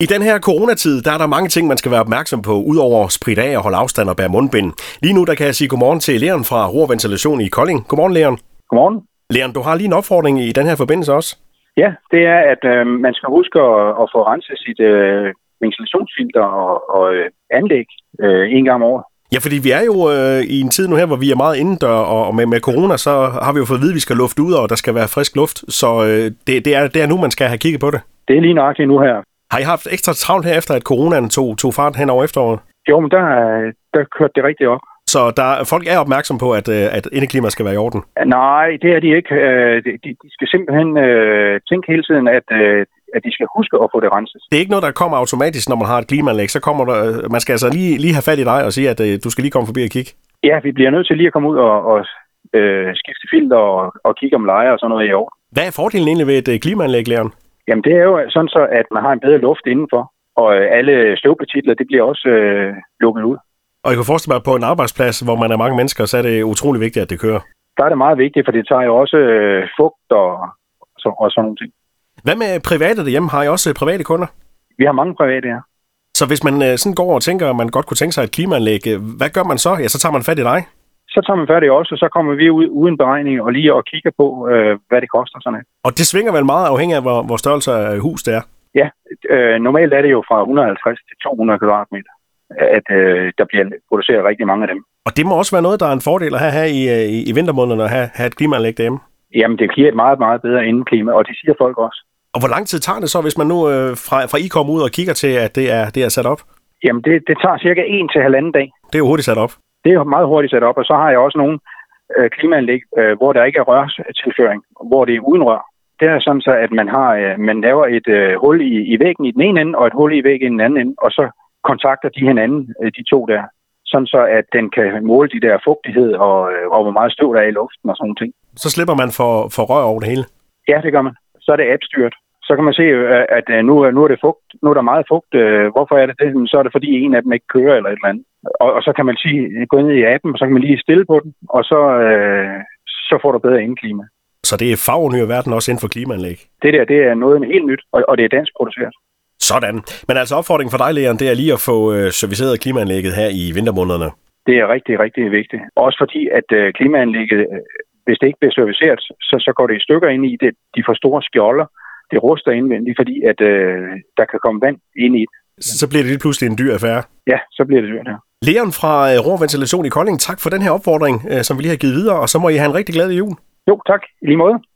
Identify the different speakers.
Speaker 1: I den her coronatid, der er der mange ting, man skal være opmærksom på, udover sprit af og holde afstand og bære mundbind. Lige nu, der kan jeg sige godmorgen til Leon fra Rorventilation i Kolding. Godmorgen, Leon.
Speaker 2: Godmorgen.
Speaker 1: Leon, du har lige en opfordring i den her forbindelse også.
Speaker 2: Ja, det er, at øh, man skal huske at, at få renset sit øh, ventilationsfilter og, og øh, anlæg øh, en gang om året.
Speaker 1: Ja, fordi vi er jo øh, i en tid nu her, hvor vi er meget indendør, og, og med, med corona, så har vi jo fået at vide, at vi skal lufte ud, og der skal være frisk luft. Så øh, det, det, er, det er nu, man skal have kigget på det.
Speaker 2: Det er lige nøjagtigt nu her.
Speaker 1: Har I haft ekstra travlt her efter, at coronaen tog, tog fart hen over efteråret?
Speaker 2: Jo, men der, øh, der kørte det rigtigt op.
Speaker 1: Så der, folk er opmærksom på, at, øh, at indeklimaet skal være i orden.
Speaker 2: Nej, det er de ikke. Øh, de, de- de skal simpelthen øh, tænke hele tiden, at, øh, at de skal huske at få det renset.
Speaker 1: Det er ikke noget, der kommer automatisk, når man har et klimaanlæg. Så kommer der, øh, man skal altså lige, lige have fat i dig og sige, at øh, du skal lige komme forbi og kigge.
Speaker 2: Ja, vi bliver nødt til lige at komme ud og, og øh, skifte filter og, og kigge om lejer og sådan noget i år.
Speaker 1: Hvad er fordelen egentlig ved et øh, klimaanlæg, Leon?
Speaker 2: Jamen, det er jo sådan så, at man har en bedre luft indenfor, og øh, alle støvpartikler, det bliver også øh, lukket ud.
Speaker 1: Og jeg kan forestille mig, at på en arbejdsplads, hvor man er mange mennesker, så er det utrolig vigtigt, at det kører.
Speaker 2: Der er det meget vigtigt, for det tager jo også øh, fugt og, og, så, og sådan nogle ting.
Speaker 1: Hvad med private derhjemme? Har I også øh, private kunder?
Speaker 2: Vi har mange private her.
Speaker 1: Så hvis man øh, sådan går og tænker, at man godt kunne tænke sig et klimaanlæg, øh, hvad gør man så? Ja, så tager man fat i dig.
Speaker 2: Så tager man færdig også, og så kommer vi ud uden beregning og lige og kigger på, øh, hvad det koster sådan noget.
Speaker 1: Og det svinger vel meget afhængig af, hvor, hvor størrelse af hus det er.
Speaker 2: Ja, øh, normalt er det jo fra 150 til 200 kvadratmeter, at øh, der bliver produceret rigtig mange af dem.
Speaker 1: Og det må også være noget, der er en fordel at have her i, øh, i, i vintermånederne, at have, have et klimaanlæg derhjemme.
Speaker 2: Jamen, det giver et meget, meget bedre indeklima, og det siger folk også.
Speaker 1: Og hvor lang tid tager det så, hvis man nu øh, fra, fra I kommer ud og kigger til, at det er, det er sat op?
Speaker 2: Jamen, det, det tager cirka en til halvanden dag.
Speaker 1: Det er jo hurtigt sat op.
Speaker 2: Det er meget hurtigt sat op, og så har jeg også nogle øh, klimaanlæg, øh, hvor der ikke er rørtilføring, hvor det er uden rør. Det er sådan så, at man, har, øh, man laver et øh, hul i, i væggen i den ene ende, og et hul i væggen i den anden ende, og så kontakter de hinanden, øh, de to der, sådan så, at den kan måle de der fugtighed og, øh, og hvor meget støv der er i luften og sådan nogle ting.
Speaker 1: Så slipper man for, for rør over det hele.
Speaker 2: Ja, det gør man. Så er det appstyret. Så kan man se, øh, at øh, nu, er- nu er det fugt. Nu er der meget fugt. Øh, Hvorfor er det det? Jamen, Så er det, fordi en af dem ikke kører eller et eller andet. Og, og så kan man sige, gå ned i appen, og så kan man lige stille på den, og så, øh, så får du bedre indklima.
Speaker 1: Så det er fagny i verden også inden for klimaanlæg.
Speaker 2: Det der, det er noget helt nyt, og, og det er dansk produceret.
Speaker 1: Sådan. Men altså opfordringen for dig, Leon, det er lige at få øh, serviceret klimaanlægget her i vintermånederne.
Speaker 2: Det er rigtig, rigtig vigtigt. Også fordi, at øh, klimaanlægget, øh, hvis det ikke bliver serviceret, så, så går det i stykker ind i det. De får store skjolder. Det ruster indvendigt, fordi at, øh, der kan komme vand ind i det.
Speaker 1: Så så bliver det lige pludselig en dyr affære.
Speaker 2: Ja, så bliver det dyrt her.
Speaker 1: Leon fra øh, Ror Ventilation i Kolding, tak for den her opfordring, øh, som vi lige har givet videre, og så må I have en rigtig glad jul.
Speaker 2: Jo, tak. I lige måde.